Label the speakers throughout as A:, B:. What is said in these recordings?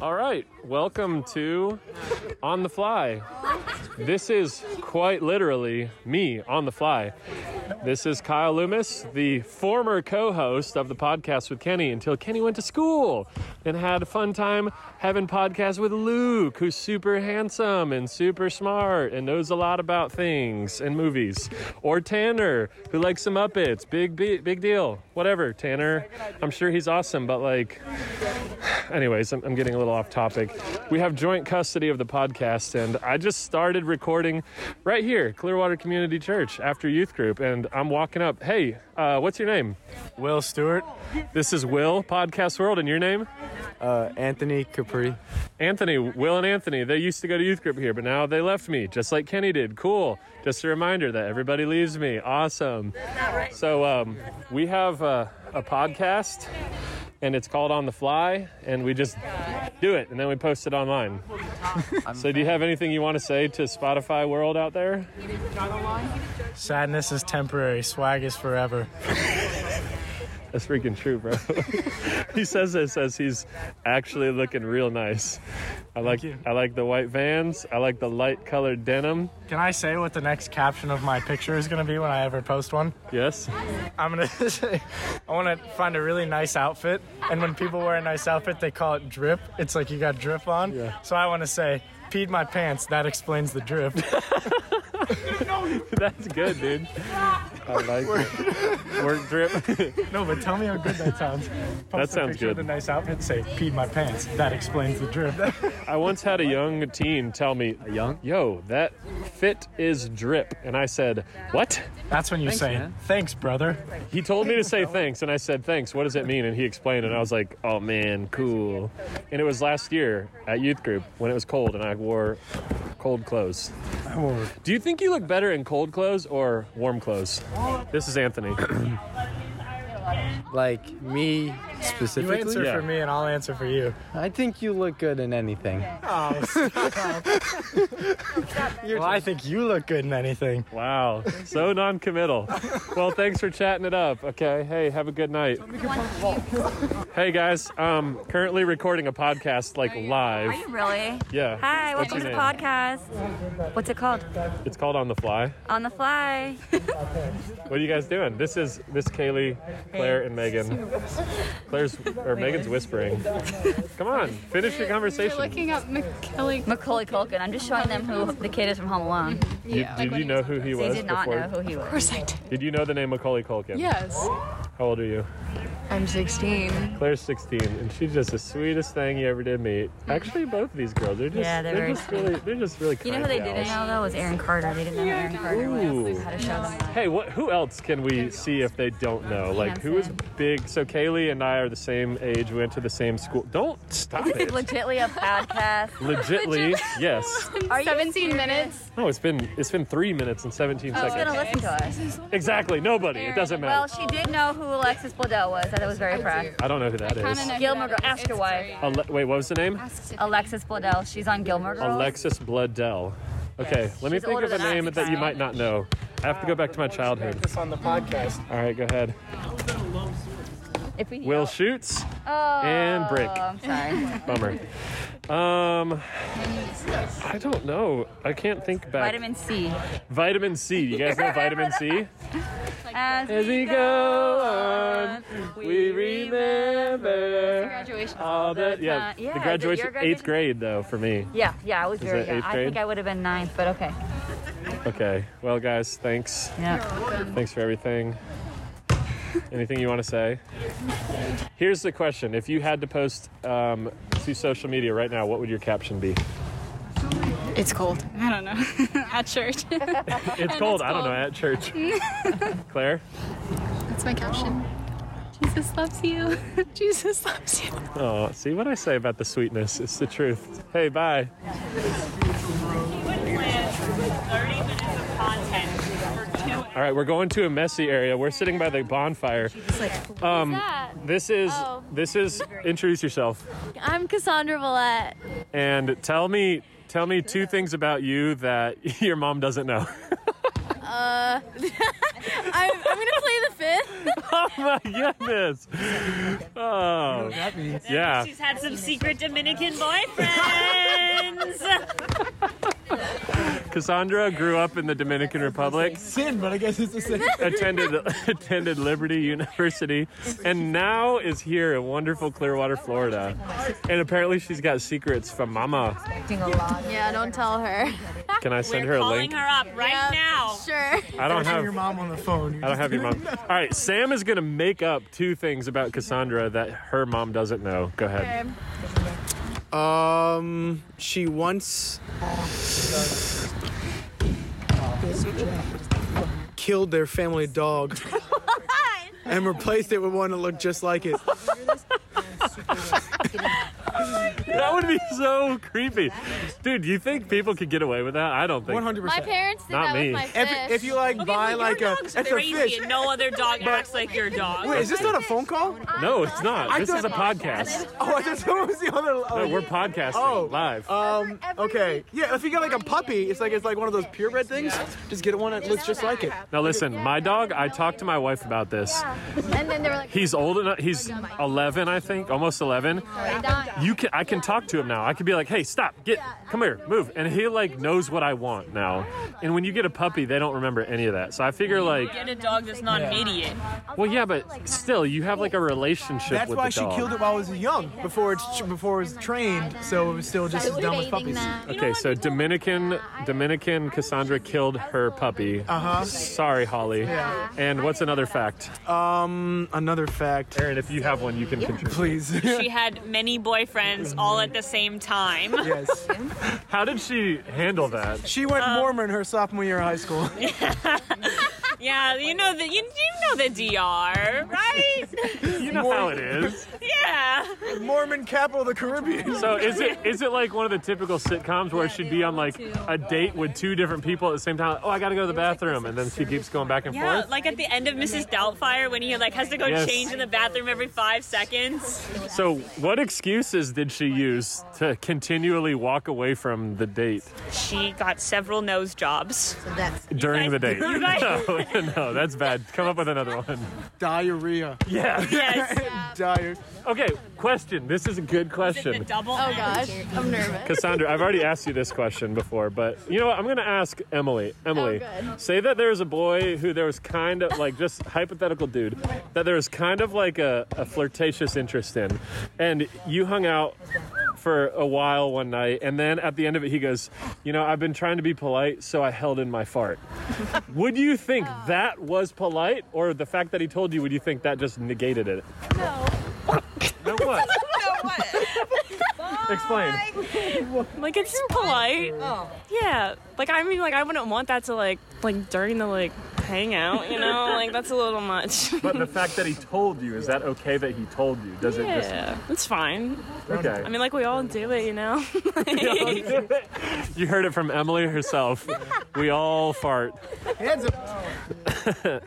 A: right, welcome to On the Fly. This is quite literally me on the fly. This is Kyle Loomis, the former co host of the podcast with Kenny until Kenny went to school and had a fun time having podcasts with Luke, who's super handsome and super smart and knows a lot about things and movies. Or Tanner, who likes some Muppets. Big, big, big deal. Whatever, Tanner. I'm sure he's awesome, but like, anyways, I'm, I'm getting a little off topic. We have joint custody of the podcast, and I just started recording right here, Clearwater Community Church, after youth group, and I'm walking up. Hey, uh, what's your name?
B: Will Stewart,
A: This is Will, Podcast World, and your name?
B: uh, Anthony Capri.
A: Anthony, Will and Anthony, they used to go to youth group here, but now they left me, just like Kenny did. Cool. Just a reminder that everybody leaves me. Awesome. So um, we have uh, a podcast, and it's called On the Fly, and we just do it, and then we post it online. so do you have anything you want to say to Spotify world out there?
B: Sadness is temporary, swag is forever.
A: That's freaking true, bro. he says this as he's actually looking real nice. I like
B: you.
A: I like the white vans. I like the light colored denim.
B: Can I say what the next caption of my picture is going to be when I ever post one?
A: Yes.
B: I'm going to say, I want to find a really nice outfit. And when people wear a nice outfit, they call it drip. It's like you got drip on.
A: Yeah.
B: So I want to say, peed my pants, that explains the drip.
A: That's good, dude. I like it. Work drip.
B: no, but tell me how good that sounds. Post a
A: sounds
B: picture
A: good.
B: Of the nice outfit, say, peed my pants, that explains the drip.
A: I once had a young teen tell me,
C: Young?
A: "Yo, that fit is drip," and I said, "What?"
B: That's when you say,
C: man.
B: thanks, brother.
A: He told me to say thanks, and I said thanks. What does it mean? And he explained, and I was like, "Oh man, cool." And it was last year at youth group when it was cold, and I wore cold clothes. Do you think you look better in cold clothes or warm clothes? This is Anthony.
C: Like me
B: You answer
C: specifically?
A: Yeah.
B: for me and I'll answer for you.
C: I think you look good in anything.
B: well, I think you look good in anything.
A: Wow, so non-committal. Well, thanks for chatting it up. Okay, hey, have a good night. Hey guys, um, currently recording a podcast like live.
D: Are you really?
A: Yeah.
D: Hi, welcome to
A: your name?
D: the podcast. What's it called?
A: It's called On the Fly.
D: On the fly.
A: What are you guys doing? This is Miss Kaylee, Claire, and Megan. Claire's or Megan's whispering. Come on, finish your
E: You're
A: conversation.
E: looking up McKelly.
D: Macaulay Culkin. I'm just showing them who the kid is from Home Alone.
A: You- did you know who he
D: They
A: was
D: did not
A: before?
D: know who he
E: Or
D: was.
E: something.
A: Did you know the name Macaulay Culkin?
E: Yes.
A: How old are you?
E: I'm 16.
A: Claire's 16, and she's just the sweetest thing you ever did meet. Actually, both of these girls, they're just,
D: Mm-hmm. Yeah,
A: they're,
D: they're very
A: just really, they're just really.
D: You know who they didn't know though was Aaron Carter. They didn't know who Aaron Carter
A: Ooh.
D: was. How to show them.
A: Hey, what? Who else can we see if they don't know? Like, who is big? So Kaylee and I are the same age. We went to the same school. Don't stop it.
D: Legitly a podcast.
A: Legitly, yes.
D: Are you
E: 17 minutes.
A: No, it's been it's been three minutes and 17
D: Who's
A: seconds.
D: gonna listen to us?
A: Exactly. Nobody. It doesn't
D: Well,
A: matter.
D: she did know who Alexis Bledel was. That was very proud.
A: I don't know who that
E: Kinda know
A: is.
E: who
D: Gilmore
E: that
D: Girl-
E: is.
D: ask your
E: It's
D: wife.
E: great.
A: Ale- wait, what was the name?
D: Alexis Bledel. She's on Gilmore Girls.
A: Alexis Bledel. Okay,
D: Oh. Yes.
A: let me
D: She's
A: think
D: older
A: of a
D: than Oh, us,
A: name that you
D: Kyle.
A: might not know. I have to go back to my childhood.
B: This on the podcast.
A: All right, go ahead.
D: If we
A: Will Shoots.
D: oh,
A: and Brick.
D: I'm sorry.
A: Bummer. Um, I don't know. I can't think back.
D: Vitamin C.
A: Vitamin C. You guys know Vitamin C?
D: As,
A: As we go on, we remember
E: Graduation.
A: all that. Yeah,
D: uh, Yeah,
A: the
D: is it
A: graduation,
D: your
A: eighth
D: graduation?
A: grade though for me.
D: Yeah, yeah, I was very
A: that
D: young.
A: eighth
D: I
A: grade?
D: think I would have been ninth, but okay.
A: Okay. Well, guys, thanks.
D: Yeah.
A: Thanks for everything. Anything you want to say? Here's the question: If you had to post um, to social media right now, what would your caption be?
E: It's cold. I don't know. At church.
A: It's cold. I don't know. At church. Claire.
E: That's my caption. Jesus loves you. Jesus loves you.
A: Oh, see what I say about the sweetness. It's the truth. Hey, bye. All right, we're going to a messy area. We're sitting by the bonfire. Um, this is
F: Oh.
A: this is introduce yourself
F: I'm Cassandra Villette.
A: and tell me tell me two things about you that your mom doesn't know.
F: Uh, I'm, I'm gonna play the fifth.
A: Oh my goodness. Oh. Yeah.
G: She's had some secret Dominican boyfriends.
A: Cassandra grew up in the Dominican Republic,
B: Sin, but I guess it's the same.
A: attended attended Liberty University, and now is here in wonderful Clearwater, Florida. And apparently she's got secrets from Mama.
D: Doing a lot.
F: Yeah, don't tell her.
A: Can I send
G: We're
A: her a
G: calling
A: link?
G: her up right
F: Yeah,
G: now.
F: Sure.
A: I don't have
B: your mom on the phone.
A: I don't have your mom. All right, Sam is going to make up two things about Cassandra that her mom doesn't know. Go ahead.
C: Um, she once killed their family dog and replaced it with one that looked just like it.
A: That would be so creepy. Dude, you think people could get away with that? I don't think.
B: One hundred
F: My
B: percent.
F: parents did
A: Not
F: that
A: me.
F: with my
A: If-
F: fish.
B: If, if you like buy
G: but
B: like
G: your
B: a,
G: dog's
B: that's a
G: crazy
B: fish.
G: and no other dog acts like your dog.
B: Wait, is this not a phone call?
A: No, it's not. This is a podcast.
B: Oh, I thought someone was the other. Oh,
A: No, we're podcasting
B: Oh.
A: live.
B: Um. Okay. Yeah. If you got like a puppy, it's like it's like one of those purebred things. Just get one that looks just like it.
A: Now listen, my dog. I talked to my wife about this.
F: and then they were like,
A: He's old enough. He's 11, I think, almost 11. You can. I can talk to him now. I can be like, "Hey, stop! Get come here, move!" And he like knows what I want now. And when you get a puppy, they don't remember any of that. So I figure like,
G: Get a dog that's not an idiot.
A: well, yeah, but still, you have like a relationship
B: That's
A: with
B: why
A: the
B: she
A: dog.
B: killed it while it was young, before it's before it was trained, so it was still just as dumb as puppies.
A: Okay, so Dominican Dominican Cassandra killed her puppy. Uh
B: Uh-huh.
A: huh. Sorry, Holly. And what's another fact?
B: Um, another fact,
A: Aaron, if you have one, you can contribute.
B: please.
G: She had many boyfriends all at the same time.
B: yes.
A: How did she handle that?
B: She went Mormon her sophomore year of high school.
G: Yeah, you know the you, you know the DR, right?
A: You know how it is.
G: yeah.
B: Mormon capital of the Caribbean.
A: So is it is it like one of the typical sitcoms where she'd be on like a date with two different people at the same time? Oh, I gotta go to the bathroom, and then she keeps going back and
G: Yeah,
A: forth.
G: like at the end of Mrs. Doubtfire when he like has to go
A: Yes.
G: change in the bathroom every five seconds.
A: So what excuses did she use to continually walk away from the date
G: She got several nose jobs.
A: during the
G: guys-
A: date?
G: you guys-
A: No, no, that's bad. Come up with another one.
B: Diarrhea.
A: Yeah.
G: Yes.
B: Diar.
A: Okay. Question. This is a good
G: The
A: question.
G: double
F: oh gosh, I'm nervous.
A: Cassandra, I've already asked you this question before, but you know what? I'm going to ask Emily. Emily,
F: good.
A: say that there's a boy who there was kind of like just hypothetical dude that there was kind of like a, a flirtatious interest in, and you hung out for a while one night, and then at the end of it, he goes, "You know, I've been trying to be polite, so I held in my fart." would you think that was polite, or the fact that he told you, would you think that just negated it? No. no what? Explain.
G: Like it's polite. Yeah. Like I mean like I wouldn't want that to like like during the like hangout, you know? Like that's a little much.
A: But the fact that he told you, is that okay that he told you? Does
G: Yeah. It's fine.
A: it just okay?
G: I mean like we all do it, you know?
A: you heard it from Emily herself. We all fart.
B: Hands up.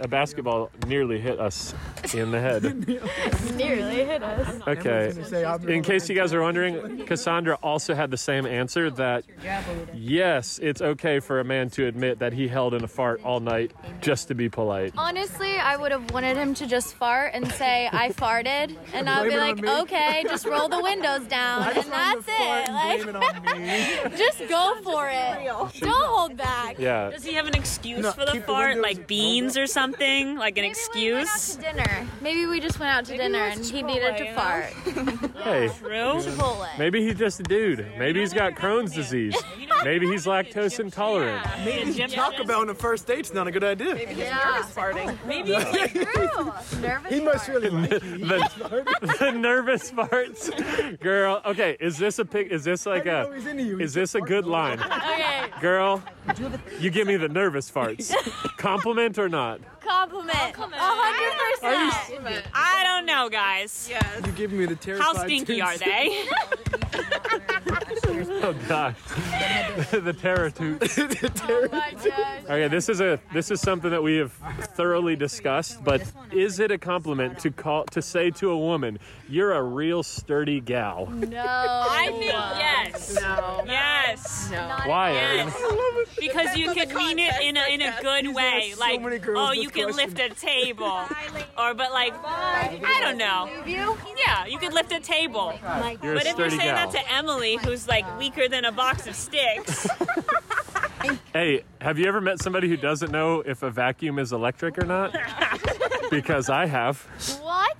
A: A basketball nearly hit us in the head.
F: Nearly hit us.
A: Okay.
B: Say, I'm-
A: In case you guys are wondering, Cassandra also had the same answer that yes, it's okay for a man to admit that he held in a fart all night just to be polite.
F: Honestly, I would have wanted him to just fart and say I farted, and I'd be
B: Blame it
F: like,
B: on me.
F: okay, just roll the windows down,
B: I
F: and
B: just wanted
F: that's
B: to fart
F: it.
B: and
F: Like,
B: blame it on me.
F: just go for it. Don't hold back.
A: Yeah.
G: Does he have an excuse
B: No,
G: for the
B: keep the
G: fart?
B: windows-
G: like beans or something? Like an
F: Maybe we went out
G: excuse?
F: to dinner. Maybe we just went out to dinner and he needed to fart.
A: Hey.
G: True.
F: Chipotle.
A: Maybe he's just a dude. Maybe he's got Crohn's disease. Maybe he's lactose intolerant.
G: Maybe
B: Talk about on the first date's not a good idea.
F: Yeah.
G: Maybe
F: True. Nervous.
B: He must really like
A: the, the nervous farts, girl. Okay, is this a pic? Is this like
B: didn't know
A: a?
B: he was into you.
A: Is this a good line,
F: Okay.
A: girl? You give me the nervous farts. Compliment or not?
F: Compliment. A hundred percent.
G: I don't know, guys.
B: you giving me the terrified.
G: How stinky are
B: toots.
G: they?
A: Oh gosh, the terror toot.
F: Oh my gosh.
A: Okay, this is a this is something that we have thoroughly discussed. But is it a compliment to call to say to a woman, "You're a real sturdy gal"?
F: No. I
G: think yes.
F: No.
G: Yes.
A: Why, Aaron?
G: Because you can mean it in a, in a good way. like, oh, you can lift a table. Or, but like, I don't know. Yeah, you could lift a table.
A: You're a
G: But if you're
A: sturdy
G: saying
A: gal.
G: that to Emily, who's like weaker than a box of sticks,
A: hey, have you ever met somebody who doesn't know if a vacuum is electric or not? Because I have.
F: What?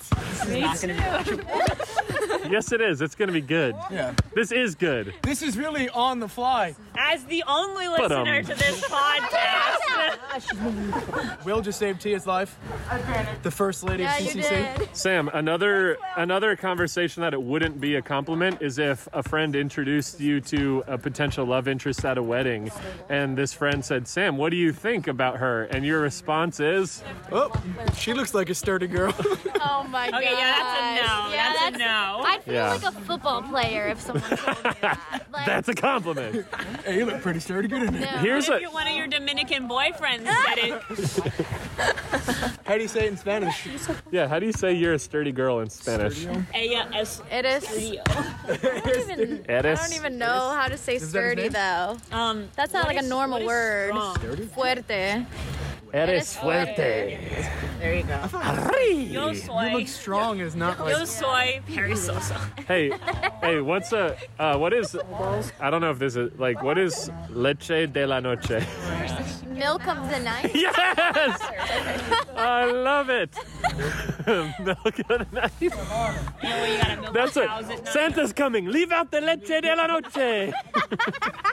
A: Yes, it is. It's going to be good.
C: Yeah.
A: This is good.
C: This is really on the fly.
G: as the only
A: um,
G: listener to this podcast,
C: Will just saved Tia's life. The first lady
F: Yeah,
C: of
F: you
C: CCC.
F: did.
A: Sam, another another conversation that it wouldn't be a compliment is if a friend introduced you to a potential love interest at a wedding, and this friend said, "Sam, what do you think about her?" And your response is,
C: Oh, she looks like a sturdy girl.
F: Oh my gosh.
G: okay, yeah, that's a no.
F: Yeah,
G: that's, a no.
F: I'd feel
A: Yeah.
F: like a football player if someone told me that. Like,
A: "That's a compliment."
C: hey, you look pretty sturdy. Good in there.
F: no.
A: Here's
G: If
A: a
G: you- one of your Dominican boyfriends said it.
C: How do you say it in Spanish?
A: yeah. How do you say you're a sturdy girl in Spanish?
G: Ella es
F: It is. I
A: Eres.
F: don't even know how to say
C: that his
F: sturdy
C: name?
F: though.
G: Um,
F: That's not like a normal word. Fuerte.
A: Eres
F: Eres
A: fuerte.
G: Yo soy.
C: You look strong is not like.
G: Yo soy perezosa.
A: Hey, hey, what's a uh, what is? I don't know if this is like what is leche de la noche.
F: Milk of the night.
A: Yes! I love it. Milk of the night. That's it. Santa's coming. Leave out the leche de la noche.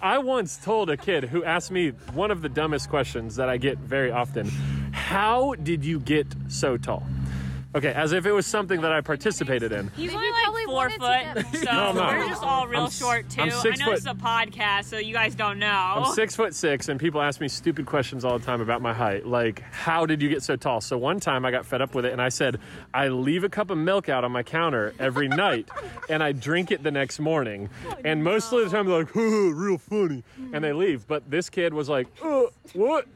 A: I once told a kid who asked me one of the dumbest questions that I get very often How did you get so tall? Okay, as if it was something that I participated in.
G: He's
F: Maybe
G: only
F: you probably
G: like four
F: wanted to
G: foot,
F: get-
G: so
A: No, no.
G: we're just all real
A: I'm s-
G: short too.
A: I'm
G: I
A: six
G: know
A: foot-
G: this is a podcast, so you guys don't know.
A: I'm six foot six, and people ask me stupid questions all the time about my height. Like, how did you get so tall? So one time I got fed up with it, and I said, I leave a cup of milk out on my counter every night, and I drink it the next morning. And most of the time they're like, huh, real funny, and they leave. But this kid was like, uh, what?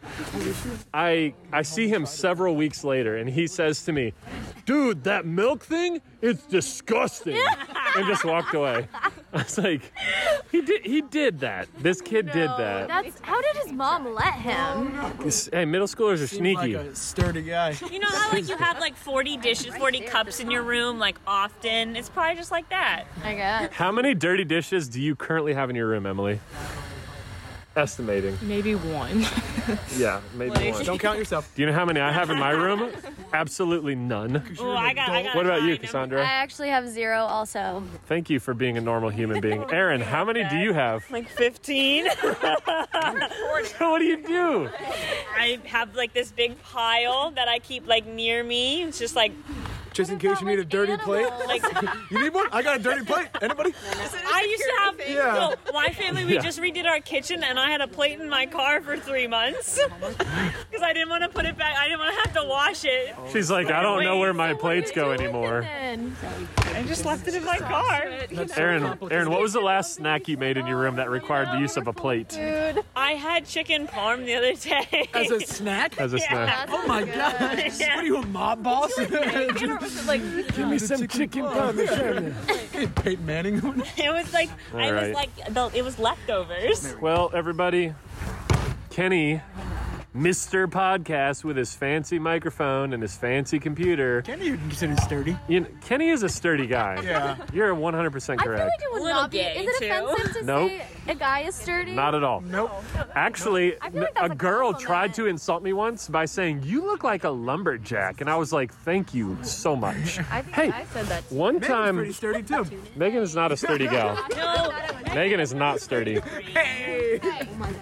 A: I I see him several weeks later, and he says to me, "Dude, that milk thing, it's disgusting," and just walked away. I was like, he did he did that. This kid did that.
F: That's how did his mom let him?
A: Hey, middle schoolers are
C: Seems
A: sneaky.
C: Like a sturdy guy.
G: You know how like you have like 40 dishes, 40 cups in your room like often. It's probably just like that.
F: I guess.
A: How many dirty dishes do you currently have in your room, Emily? Estimating.
E: Maybe one.
A: Yeah, maybe one.
C: Don't count yourself.
A: Do you know how many I have in my room? Absolutely none.
G: Oh, I got, I got.
A: What about you,
G: mine.
F: I
A: Cassandra?
F: actually have zero also.
A: Thank you for being a normal human being. Aaron, how many do you have?
G: Like 15.
A: What do you do?
G: I have like this big pile that I keep like near me. It's just like
C: Just in case you need a dirty plate.
G: like
C: You need one? I got a dirty plate. Anybody?
G: I used to have.
C: Yeah.
G: So my family, we
A: Yeah.
G: just redid our kitchen, and I had a plate in my car for three months because I didn't want to put it back. I didn't want to have to wash it.
A: She's like, I don't know where my plates go anymore.
G: I just left it in my car.
A: Aaron, Aaron, what was the last snack you made in your room that required the use of a plate
G: I had chicken parm the other day.
C: As a snack?
A: as a snack?
C: Oh my god.
G: Yeah.
C: What are you, a mob boss? Give me some chicken parmesan. Hey, Peyton Manning.
G: It was like I
A: Alright.
G: was like the, it was leftovers.
A: Well, everybody, Kenny, Mr. Podcast with his fancy microphone and his fancy computer.
C: Kenny, you can consider sturdy.
A: You know, Kenny is a sturdy guy.
C: Yeah.
A: You're 100%
F: I feel like
A: correct.
F: it would
G: Little
F: not be.
G: gay,
F: Is it
G: too.
F: offensive to
A: Nope.
F: say a guy is sturdy?
A: Not at all.
C: Nope.
A: Actually,
F: feel like
A: n-
F: that's
A: a
F: a
A: girl tried
F: compliment.
A: to insult me once by saying, You look like a lumberjack. And I was like, Thank you so much.
D: I think
A: Hey.
D: I said that. too.
A: One
C: Man's
A: time,
C: pretty sturdy too.
A: Megan is not a sturdy gal.
G: No,
A: Megan is not sturdy.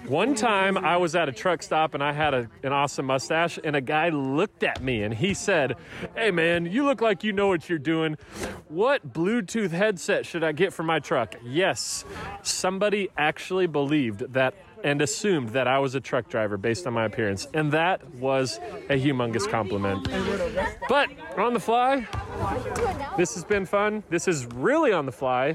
A: One time I was at a truck stop and I had a, an awesome mustache, and a guy looked at me and he said, Hey man, you look like you know what you're doing. What Bluetooth headset should I get for my truck? Yes, somebody actually believed that and assumed that I was a truck driver based on my appearance, and that was a humongous compliment. But on the fly, this has been fun. This is really on the fly.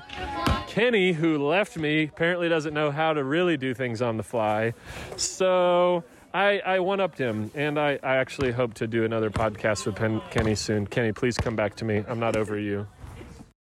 A: Kenny, who left me, apparently doesn't know how to really do things on the fly. So I, I one upped him, and I, I actually hope to do another podcast with Pen- Kenny soon. Kenny, please come back to me. I'm not over you.